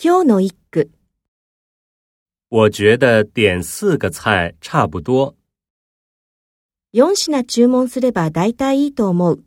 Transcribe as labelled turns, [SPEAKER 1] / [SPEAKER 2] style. [SPEAKER 1] 今日の一句、
[SPEAKER 2] 我觉得点四个菜差不多。
[SPEAKER 1] 4品注文すれば大体いいと思う。